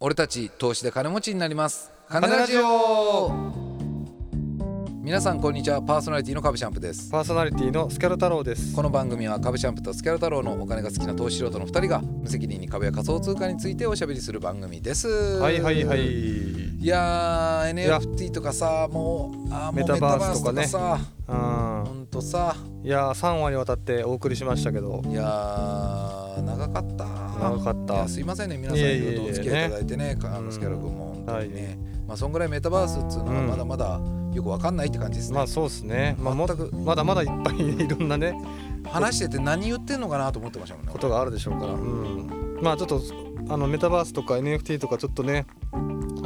俺たち投資で金持ちになります金ララジジオオ皆さんこんにちはパーソナリティの株シャンプですパーソナリティのスキャル太郎ですこの番組は株シャンプとスキャル太郎のお金が好きな投資素人の2人が無責任に株や仮想通貨についておしゃべりする番組ですはいはいはいいやいやー NFT とかさもうあーもうメタバースとかねメタバースとかさほうんとさんいやー3話にわたってお送りしましたけどいやー長かった長かっいたやすいませんね皆さんいえいえいいえろいろとお付き合いいただいてねあのスキャラ君も本当にはね、まあそんぐらいメタバースっつうのはうんまだまだよくわかんないって感じですね、まあそうですねまあも全くまだまだいっぱいいろんなね話してて何言ってんのかなと思ってましたもんねことがあるでしょうからうんまあちょっとあのメタバースとか NFT とかちょっとねあ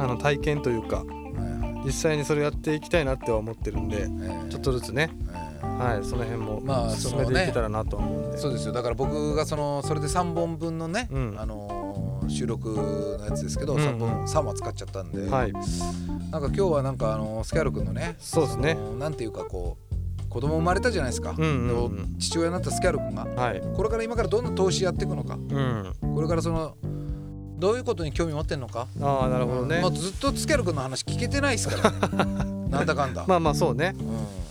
の体験というか俺はいはい実際にそれやっていきたいなっては思ってるんでえーちょっとずつねえーはいその辺もまあそ進のねめていけたらなとは思うんでそうですよだから僕がそのそれで3本分のね、うんあのー収録のやつですけど、うんうん3本3話使っちゃったんで、はいなんか今日はなんかあのスキャル君のねそうですねあのーなんていうかこう子供生まれたじゃないですか、うんうんうんで父親になったスキャル君がはいこれから今からどんな投資やっていくのかうんこれからそのどういうことに興味持ってんのか、ああなるほどねもうずっとスキャル君の話聞けてないですから なんだかんだ、まあまあそうね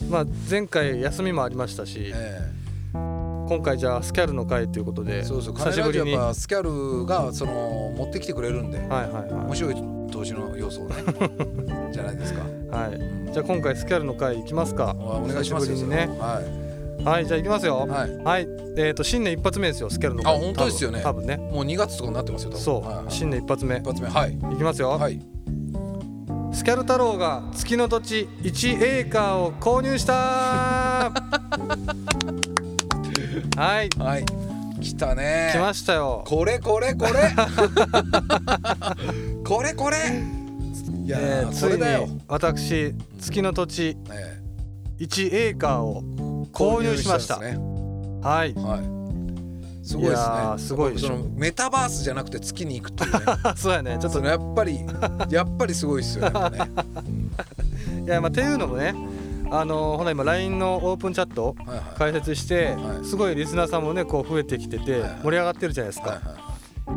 うんまあ前回休みもありましたしえ今回じゃあスキャルの会ということえでそうそう久彼しらぶりはにやっはいぱスキャルがその持ってきてくれるんではいは面白い投資の要素 をねじゃないですかいはいじゃあ今回スキャルの会行きますかおお願いします久よしぶりにねははいじゃあ行きますよい、はい、はいえっと新年一発目ですよスキャルの会あ本当ですよね多分多分ねもう2月とかになってますよ多分はそいはうい新年一発目一発目はい行きますよはいスキャル太郎が月の土地1エーカーを購入した はいはい来たね来ましたよこれこれ これこれこれいやえー、ーつこれだよい、に私月の土地え1エーカーをえ購入しました購入んですはい ねはいすごいでいすやねーすごいでしょそのメタバースじゃなくて月に行くというねあそうや ねちょっそとのやっぱりやっぱりすごいですよやっ ぱねいやまあっていうのもねあのーほな今 LINE のオープンチャットはいはい解説して、はいすごいリスナーさんもねこう増えてきててはいはい盛り上がってるじゃないですか、はいはい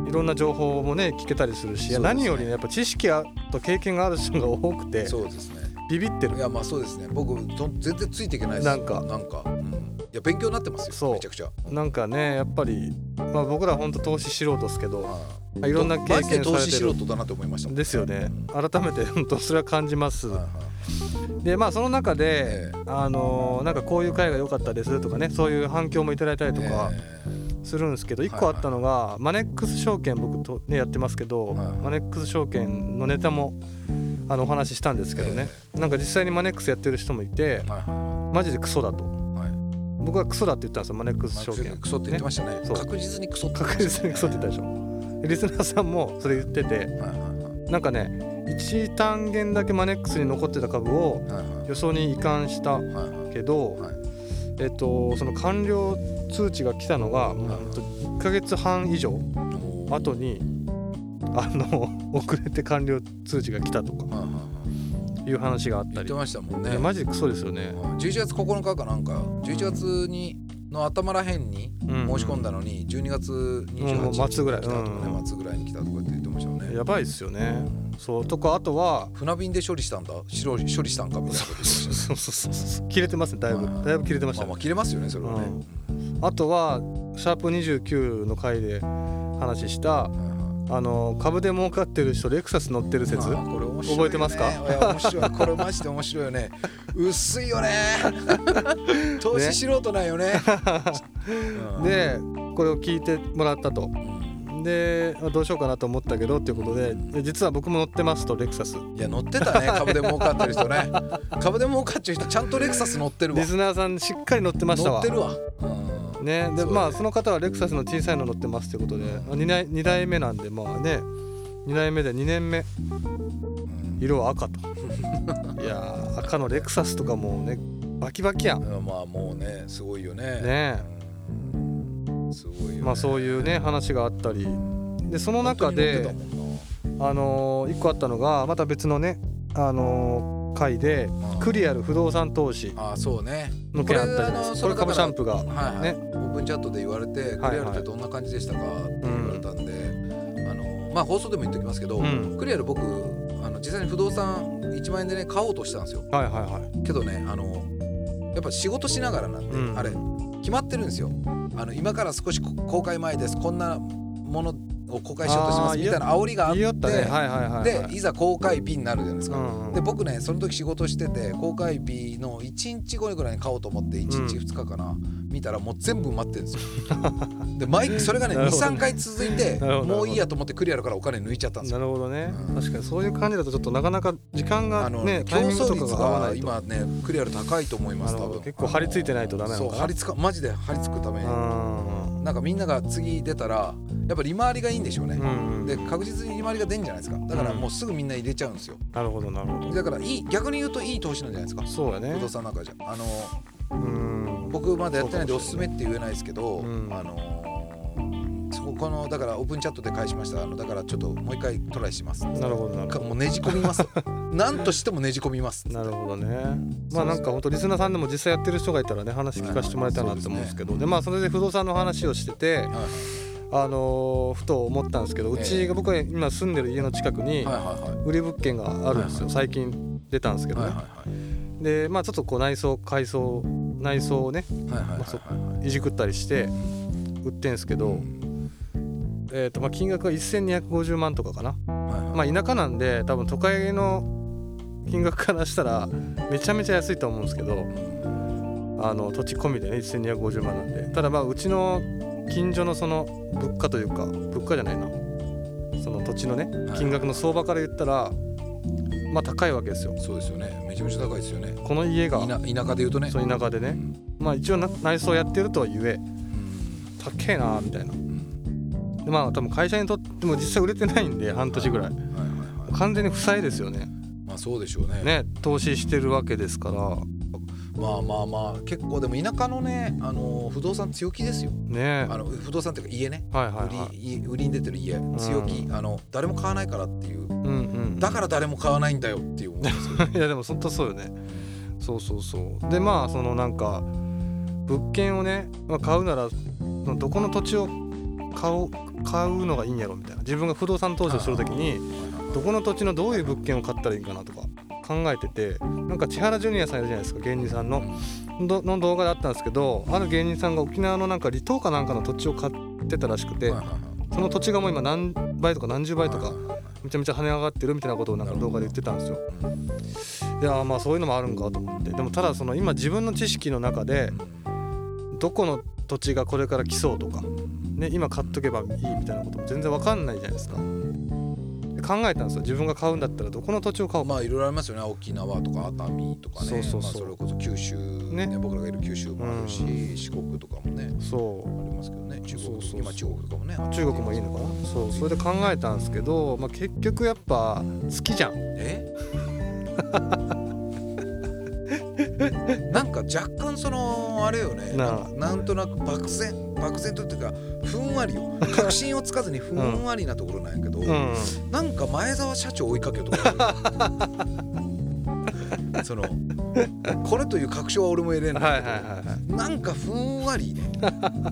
いろんな情報もね聞けたりするしいやそうですね何よりねやっぱ知識やと経験がある人が多くてそうですねビビってるいやまあそうですね僕どん全然ついていけないですなんかなんか、うん、いや勉強になってますよそうめちゃくちゃなんかねやっぱり、まあ、僕らほんと投資素人ですけどはいろんな経マジで験さ投れ資てる素人だなと思いましたもんですよねうん改めてほんとそれは感じますはいはいでまあその中で、ええあのーなんかこういう回が良かったですとかねそういう反響もいただいたりとかええするんですけど、一個あったのが、マネックス証券僕と、ね、やってますけど、はいはいマネックス証券のネタもあのお話ししたんですけどね、なんか実際にマネックスやってる人もいてはいはマジでクソだといはい僕はクソだって言ったんですよマネックスまあ証券クソって言ってましたねそう確実にクソって言って確ました実にクソって言ったでしょリスナーさんもそれ言っててはいはいはいなんかね1単元だけマネックスに残ってた株をはい予想に移管したはいはいはいけど、はいえっと、その完了通知が来たのが、もうほんと1ヶ月半以上おー後にあの 遅れて完了通知が来たとかはいはいはいいう話があっ言たっりて、ましたもんいねやマジでクソですよね。うん11月9日かなんか11月にの頭らへんにうん申し込んだのに12月28日にもう来た末ぐらいとかねうん末ぐらいに来たとかって言ってましたよねやばいですよね。そうとかあとは船便で処理したんだ白い処理したんかみたいなこと言ってましたねそうそうそうそう切れてますねだいぶはいはいだいぶ切れてましまたあまねあ切れますよねそれはね、うんあとはシャープ29の回で話したうんあの株で儲かってる人レクサス乗ってる説まあこれ面白いよね覚えてますかいや面白いこれマジで面白いよね薄いよ ね投資素人なんよねうんでこれを聞いてもらったとうんであどうしようかなと思ったけどっていうことでで実は僕も乗ってますとレクサスいや乗ってたね株で儲かってる人ね株で儲かってる人ちゃんとレクサス乗ってるわリスナーさんしっかり乗ってました乗っわてるわ、うんねでそうだねまあその方はレクサスの小さいの乗ってますということでうん 2, 代二代目なんでまあね2代目で2年目うん色 は赤といやー赤のレクサスとかもうねバキバキやんうんまあもうねすごいよねねうんすごいよ、ね、まあそういうね話があったりでその中本で当に乗ってあのー、1個あったのがまた別のね、あのー、回でたもんなクリアル不動産投資ああそうねの件あったじゃないですかこれこれ株シャンプーがはいはいねオープンチャットで言われて、はいクリアルってどんな感じでしたかって言われたんで、あのまあ放送でも言っておきますけど、うんクリアル僕あの実際に不動産1万円でね買おうとしたんですよはいはいはいけどねあのやっぱ仕事しながらなんで、うんあれ決まってるんですよあの今から少しこ公開前ですこんなものを公開しようとしてまあすーみたいな煽りがあっ言ていよったねはいはいはいはいでいざ公開日になるじゃないですうか、んうんで僕ねその時仕事してて公開日の1日後ぐらいに買おうと思って1日うん2日かな、見たらもう全部埋まってるんですよで毎それがねなるほど23回続いてなるほどもういいやと思ってクリアルからお金抜いちゃったんですよなるほどね、うん確かにそういう感じだとちょっとなかなか時間あがの、ね競タイミング争とか率が合わながいと今ねクリアル高いと思いますなる多ほど分結構張り付いてないとダメなのそうかな張り付かマジで張り付くためうんなんかみんなが次出たらやっぱ利回りがいいんでしょうね、うんうんで確実に利回りが出んじゃないですかだからもうすぐみんな入れちゃうんですよなるほどなるほだからいい逆に言うといい投資なんじゃないですかどそうやね不動産なんかじゃあのうん僕まだやってないんでおそうかもすしすれめって言えないですけど、うんあのーそここのだからオープンチャットで返しましたあのだからちょっともう一回トライしますなるほどなるかほもうねじ込み ますなんとしてもねじ込みますどなるほどねそまうあなんか本当リスナーさんでも実際やってる人がいたらね話聞かせてもらいたいなって思うんですけどでまあそれで不動産の話をしててはいあのーふと思ったんですけどうえちえが僕が今住んでる家の近くにはいはいはい売り物件があるんですよ最近出たんですけどはいねはいでまあちょっとこう内装改装内装をねはいはいはいはいまあそはいはいいじくったりして売ってんすけど、うんえーとまあ、金額は1250万とかかな、はいはいまあ、田舎なんで多分都会の金額からしたらめちゃめちゃ安いと思うんですけどあの土地込みでね1250万なんでただまあうちの近所のその物価というか物価じゃないなその土地のねはい金額の相場から言ったらまあ高いわけですよそうですよねめちゃめちゃ高いですよねこの家が田田舎で言うとねそう田舎でうねんまあ一応な内装やってるとはゆえうん高えなみたいなうんでまあ多分会社にとっても実際売れてないんで半年ぐらいはいはいはい完全に負債ですよねまあそうでしょうねね投資してるわけですからまあまあまあ結構でも田舎のねあの不動産強気ですよねあの不動産っていうか家ねはいは売いはいり売りに出てる家強気あの誰も買わないからっていううんうんだから誰も買わないんだよっていう思うん ですよいやでも本当そうよねそうそうそうでまあそのなんか物件をね、まあ、買うならどこの土地を買おう買うのがいいんやろみたいな自分が不動産投資をするときにどこの土地のどういう物件を買ったらいいかなとか考えててなんか千原ジュニアさんいるじゃないですか芸人さんのどの動画であったんですけどある芸人さんが沖縄のなんか離島かなんかの土地を買ってたらしくてはいはいはいその土地がもう今何倍とか何十倍とかはいはいはいめちゃめちゃ跳ね上がってるみたいなことをなんか動画で言ってたんですよ。であーまあそういうのもあるんかと思ってでもただその今自分の知識の中でどこの土地がこれから来そうとか、ね、今買っとけばいいみたいなことも全然わかんないじゃないですか。で考えたんですよ自分が買うんだったらどこの土地を買おうかまあいろいろありますよね沖縄とか熱海とかねそうそうそうまあ、それこそ九州ねね僕らがいる九州もあるし、う四国とかもねそありますけどね中国そうそうそう今中国とかもねう中国もいいのかなそうそれで考えたんですけど、まあ、結局やっぱ好きじゃんえ なんか若干そのあれよねなあなんかなんとなく漠然漠然とっていうかふんわり よ確信をつかずにふんわりなところなんやけど、うんなんか前澤社長追いかけようと かそのこれという確証は俺も得れない、はいはいはいはいなんかふんわりね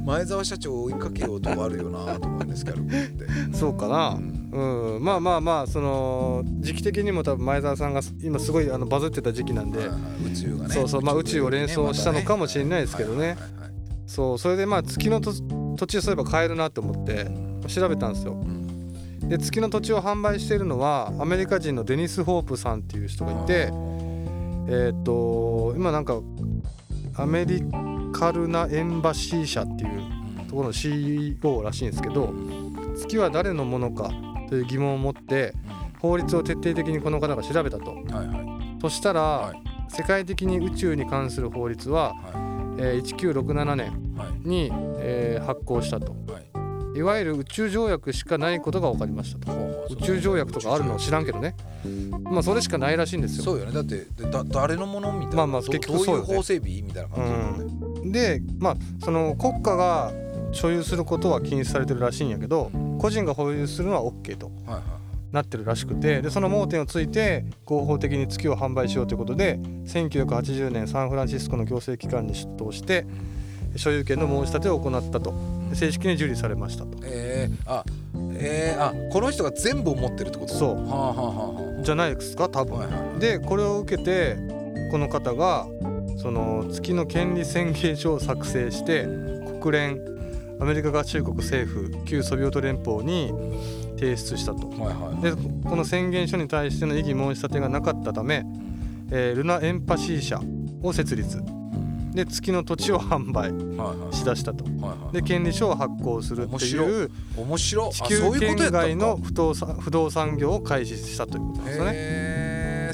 前澤社長を追いかけようとかあるよなと思うんですけど僕ってそうかな、うんうん、まあまあまあその時期的にも多分前澤さんが今すごいあのバズってた時期なんで、はいはい宇宙がねそうそうまあ宇宙を連想したのかもしれないですけどねはいはいはいはいそうそれでまあ月のと土地をそういえば買えるなと思って調べたんですようんで月の土地を販売しているのはアメリカ人のデニス・ホープさんっていう人がいてえーっと今なんかアメリカルナ・エンバシー社っていうところの CEO らしいんですけど月は誰のものかという疑問を持って法律を徹底的にこの方が調べたとはいはいそしたら、はい世界的に宇宙に関する法律は、えー1967年はいに、えー発行したとはいいわゆる宇宙条約しかないことが分かりましたとはい宇宙条約とかあるの知らんけどねまあそれしかないらしいんですよそうよねだってでだ誰のものみたいなまあまあど結局そうよねどういう法整備みたいな感じだもんねでまあその国家が所有することは禁止されてるらしいんやけど個人が保有するのは OK とはいはいなってるらしくてでその盲点をついて合法的に月を販売しようということで1980年サンフランシスコの行政機関に出頭して所有権の申し立てを行ったとで正式に受理されましたとえー、あええー、あこの人が全部持ってるってことそうはあはあはあはじゃないですか多あはい分。はいでこれを受けてこの方がその月の権利宣言書を作成して国連アメリカ合衆国政府旧ソビオト連邦に提出したと。はいはいでこの宣言書に対しての異議申し立てがなかったため、えールナエンパシー社を設立で月の土地を販売はいはいしだしたとはいはいで権利書を発行するって面い白う面白い地あ球そういう圏ことやった外んだの不動産不動産業を開始したということなんですよね。へ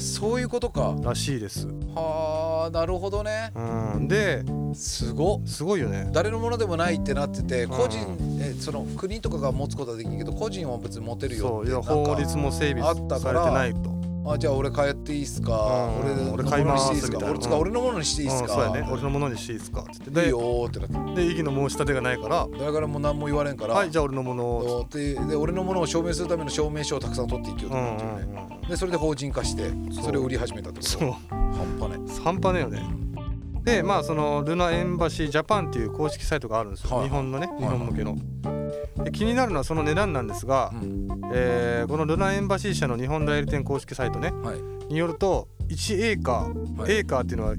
えそういうことからしいです。はあなるほどねうん、ですごっすごいよね。誰のものでもないってなっててん個人、えその国とかが持つことはできんけど個人は別に持てるよそっういてなやんか法律も整備あったさかれらてないと。あじゃあ俺買っていいっすか、うん俺の俺買いますものにしていいっすかみたいな俺つか俺のものにしていいっすうんか、そうやね。俺のものにしていいですかっつって。いいでよーってなってで異議の申し立てがないから。誰からも何も言われんから、はいじゃあ俺のものを。でで俺のものを証明するための証明書をたくさん取っていきよううと思んっうていうんね、うん。でそれで法人化してそうそれを売り始めたってことそう半端ね半端ねよね。でまあそのルナエンバシージャパンっていう公式サイトがあるんですよ。はい日本のねい日本向けの。で気になるのはその値段なんですが、うんえーこのルナエンバシー社の日本代理店公式サイトねはいによると1エーカー、はいエーカーっていうのはか、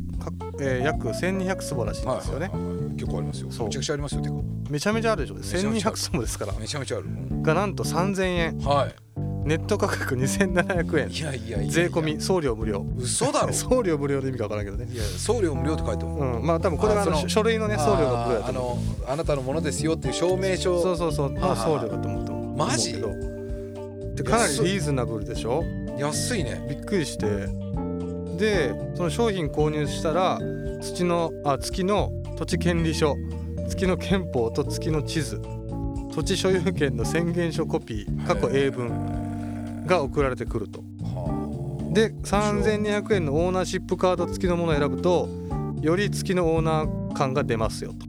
えー約1200坪らしいんですよね、はいはいはい結構ありますよそうめちゃくちゃありますよてかめちゃめちゃあるでしょちゃめちゃあ1200る坪ですからめちゃめちゃある、うんがなんと3000円はネット価格2700い円いやいやいやいや税込み送料無料嘘だろ 送料無料で意味がわからんけどねいや送料無料って書いてあるうんまあ多分これはあのあその書類のね送料が無料あーあだと思うのあなたのものですよっていう証明そ書うそうそうの送料だと思うと思うマジけどでかなりリーズナブルでしょ安いねびっくりしてでその商品購入したら土のあ月の土地権利書月の憲法と月の地図土地所有権の宣言書コピー過去英文文が送られてくるとはあで3200円のオーナーシップカード付きのものを選ぶとより月のオーナー感が出ますよと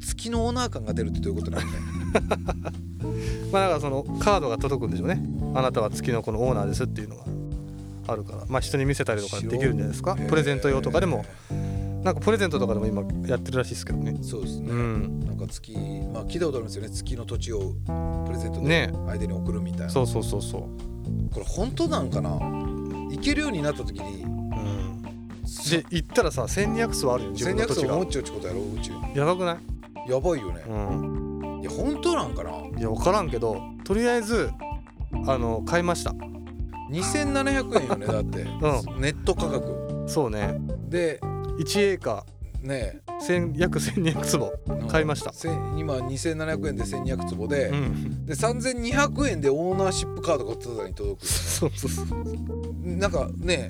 月のオーナー感が出るってどういうことなんだよまあだからそのカードが届くんでしょうねあなたは月のこのオーナーですっていうのがあるからまあ人に見せたりとかできるんじゃないですかプレゼント用とかでもなんかプレゼントとかでも今やってるらしいですけどね。そうですね、うん。なんか月まあ聞いたことありますよね月の土地をプレゼントでね相手に送るみたいな、そうそうそうそう。これ本当なんかな行けるようになった時にうん、で行ったらさ1200層あるよ自分の1200土層地持っが。ちゃうってことやろ宇宙やばくない？やばいよね、う。いや本当なんかなんいや分からんけどとりあえずあの買いました。 2700円よ ねだって、ネット価格そうね。で1エーカねー1000約1200坪。うん買いましたせん今2700円で1200坪で,、うん。 で3200円でオーナーシップカードがただに届くそうそうそう。なんかね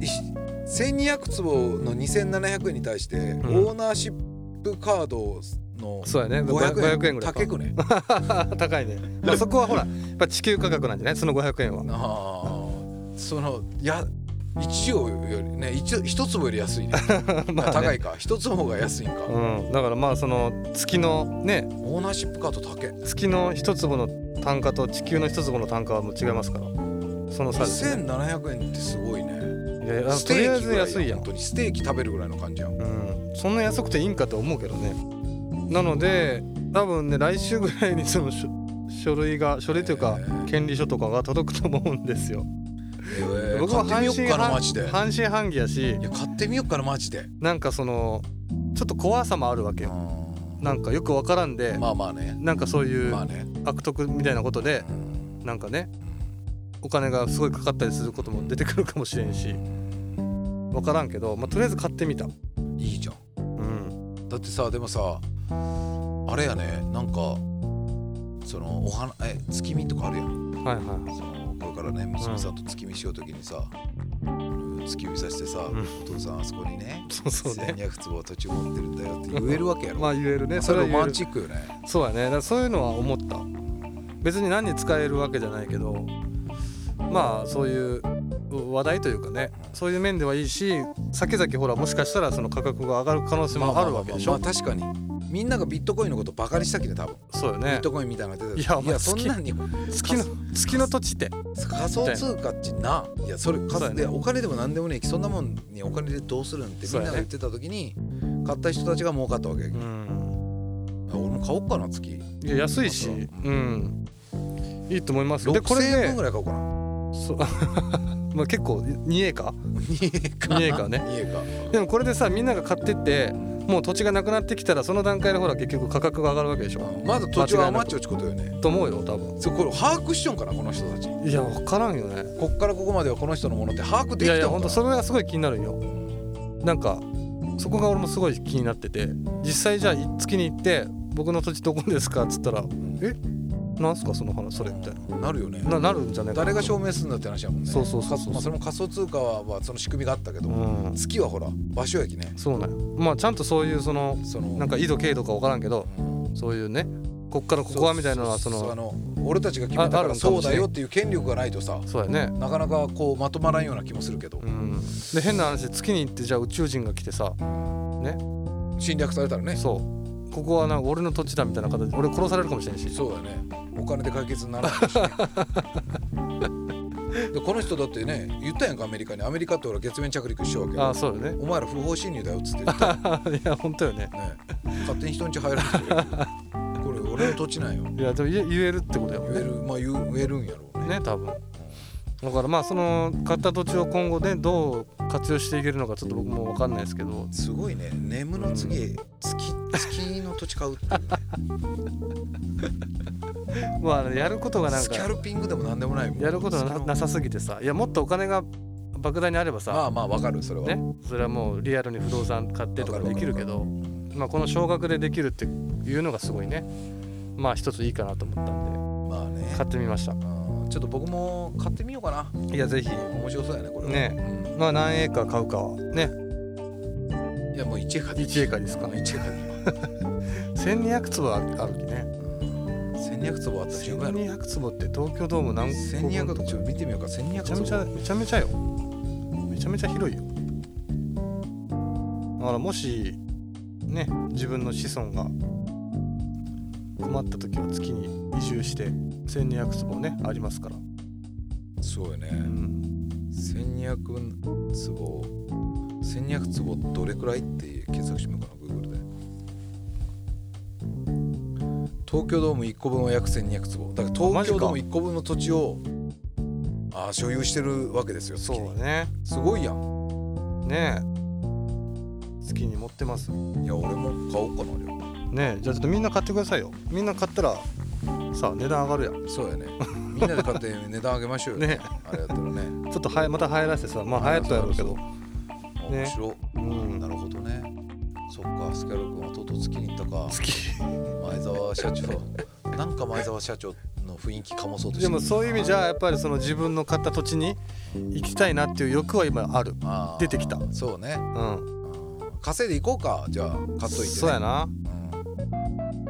いし1200坪の2700円に対して、んオーナーシップカードのそうやね。 500 500円円ぐらいか高。く ね高いね。まあそこはほらやっぱ地球価格なんじゃない？その500円は。あーそのや一応よりね一一坪より安いね まあ、ね、高い。か一坪が安いんか、うん。だからまあその月のねオーナーシップカード高え月の一粒の単価と地球の一粒の単価はもう違いますからその差です、ね、 1700円ってすごいねいやいやスとりテあーえキずぐら安いいややん本当にステーキ食べるぐらいの感じやんうん、そんな安くていいんかと思うけどねなので多分ね来週ぐらいにその書書類が書類というかえー権利書とかが届くと思うんですよえ僕買はってみよっかな半マジでい半信半疑やしや買ってみよっかなマジでなんかそのちょっと怖さもあるわけよまなんかよくわからんであまあねなんかそういうまあね悪徳みたいなことでうんなんかねお金がすごいかかったりすることも出てくるかもしれんし分からんけど、まあ、とりあえず買ってみた、ういいじゃん、んだってさでもさあれやねなんかそのお花え月見とかあるやんはいはいはそのこれからね娘さんと月見しようときにさ月見させてさ、んお父さんあそこにねいそうそうね1200坪土地持ってるんだよって言えるわけやろ、まあ言えるねそそれれはロ言えマンるチックよねそうやねだからそういうのは思った別に何に使えるわけじゃないけどまあそういう話題というかねそういう面ではいいし先々ほらもしかしたらその価格が上がる可能性もあるわけでしまょあまあまあまあ確かにみんながビットコインのことバカにしたきね多分、そうよビねットコインみたいなのが出ていやお前そんなんに月の月の土地って仮想通貨っちないやそれそうかだつよてねお金でも何でもねえそんなもんにお金でどうするんってみんそうなだがよ言ねってた時に買った人たちが儲かったわけやけうどんあ俺も買おうかな月いや安いしそううんいいと思いますよでこ6000れ円分ねぐらい買おうか なそうまあ結構 2A か2か 2A かね家かでもこれでさみんなが買ってってもう土地がなくなってきたらその段階でほら結局価格が上がるわけでしょまだ土地は余っちゃうちことよねと思うよ多分そうこれ把握しちょんかなこの人たちいや分からんよねこっからここまではこの人のものって把握でいきやいたやの本か当なそれがすごい気になるんよなんかそこが俺もすごい気になってて実際じゃあ月に行って「僕の土地どこですか?」っつったら「えなんすかその話それ」みたいなるよねなななるんじゃないかな誰が証明するんだって話やもんねそうそうそうそうかまあ、それも仮想通貨はその仕組みがあったけど、うん月はほら場所駅ねそうなんよまあちゃんとそういうそのそのなんか緯度経度か分からんけどうんそういうねこっからここはみたいなのはそのううあの俺たちが決めたああかるらんかそもうしれんだよっていう権力がないとさそうやねなかなかこうまとまらんような気もするけどう、んで変な話月に行ってじゃあ宇宙人が来てさ侵略されたらねそうここはなんか俺の土地だみたいな形で俺殺されるかもしれんしそうだねお金で解決にならないし、ね、 でこの人だってね言ったやんかアメリカにアメリカって俺月面着陸しようけああどそうよね お前ら不法侵入だよっつって言ったよいや本当よねね勝手に人ん家入られてるこれ俺の土地なんよいやでも言え言えるってことやもん言えねるまあ言う言えるんやろうねね多分だからまあその買った土地を今後ねどう活用していけるのかちょっと僕も分かんないですけどすごいね眠の次、月月の土地買うって いうねまあやることがなんスキャかルピングでもなんでもないもんやることがななさすぎてさいやもっとお金が莫大にあればさ、まあまあわかるそれは、ね、それはもうリアルに不動産買ってとかできるけど、まあ、この少額でできるっていうのがすごいねまあ一ついいかなと思ったんまあねで買ってみましたうんちょっと僕も買ってみようかないやぜひ面白そうやねこれはねまあ何エーカー買うかはねうんいやもう1エカ1エカですか1エカで1200坪あるきね1200坪あったら十分やろ1200坪って東京ドーム何個分1200坪とかちょっと見てみようか1200めちゃめちゃ坪めちゃめちゃよめちゃめちゃ広いよだからもしね自分の子孫が困った時は月に移住して1200坪ねありますから、すごいねうん、 1200坪1200坪どれくらいって検索してみようかな Google で東京ドーム1個分は約1200坪だからマ東ジ京かドーム1個分の土地をあー所有してるわけですよそう月にだねすごいやんねえ月に持ってますいや俺も買おうかな両方ねえじゃあちょっとみんな買ってくださいよみんな買ったらさあ値段上がるやんそうやねみんなで買って値段上げましょうよ、 ねあれやったらねえちょっとはやまた流行らせてさまあ流行ったやろうけどね面白い、うんなるほどねそっかスキャロ君はとうとう月に行ったか月前澤社長なんか前澤社長の雰囲気かもそうとしてでるもそういう意味じゃやっぱりその自分の買った土地に行きたいなっていう欲は今あるあー出てきたそうねうんうん稼いでいこうかじゃあ買っといて、ね、そうやな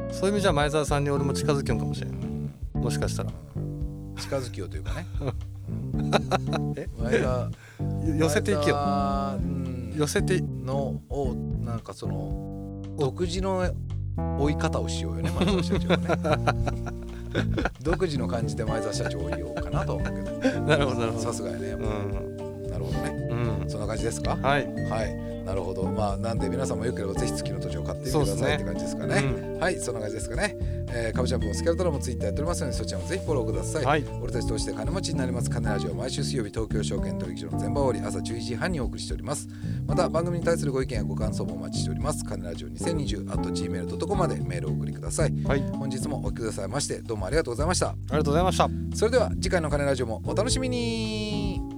うそういう意味じゃ前澤さんに俺も近づきよんかもしれんんもしかしたら近づきようというかねえ前澤よ寄せていけ前よ澤うん寄せてのをなんかその独自の追い方をしようよね前澤社長はね 独自の感じで前澤社長を言おうかなとは思うけど なるほどなるほさどすがやねやっうぱんなるほどねうんそんな感じですかはいはい、なるほど。まあなんで皆さんもよければぜひ月の土地を買ってみてそうくだですねさいって感じですかね。はい、そんな感じですかね。えー、かぶちゃんもスキャルトラもツイッターやっておりますのでそちらもぜひフォローください。はい俺たちとして金持ちになります金ラジオ毎週水曜日東京証券取引所の全場折り朝11時半にお送りしております。また番組に対するご意見やご感想もお待ちしております。金ラジオ2020 at gmail.com までメールをお送りください。はいあり本日もお聞きくださいましてどうもありがとうございました。がとうございましたそれでは次回の金ラジオもお楽しみに。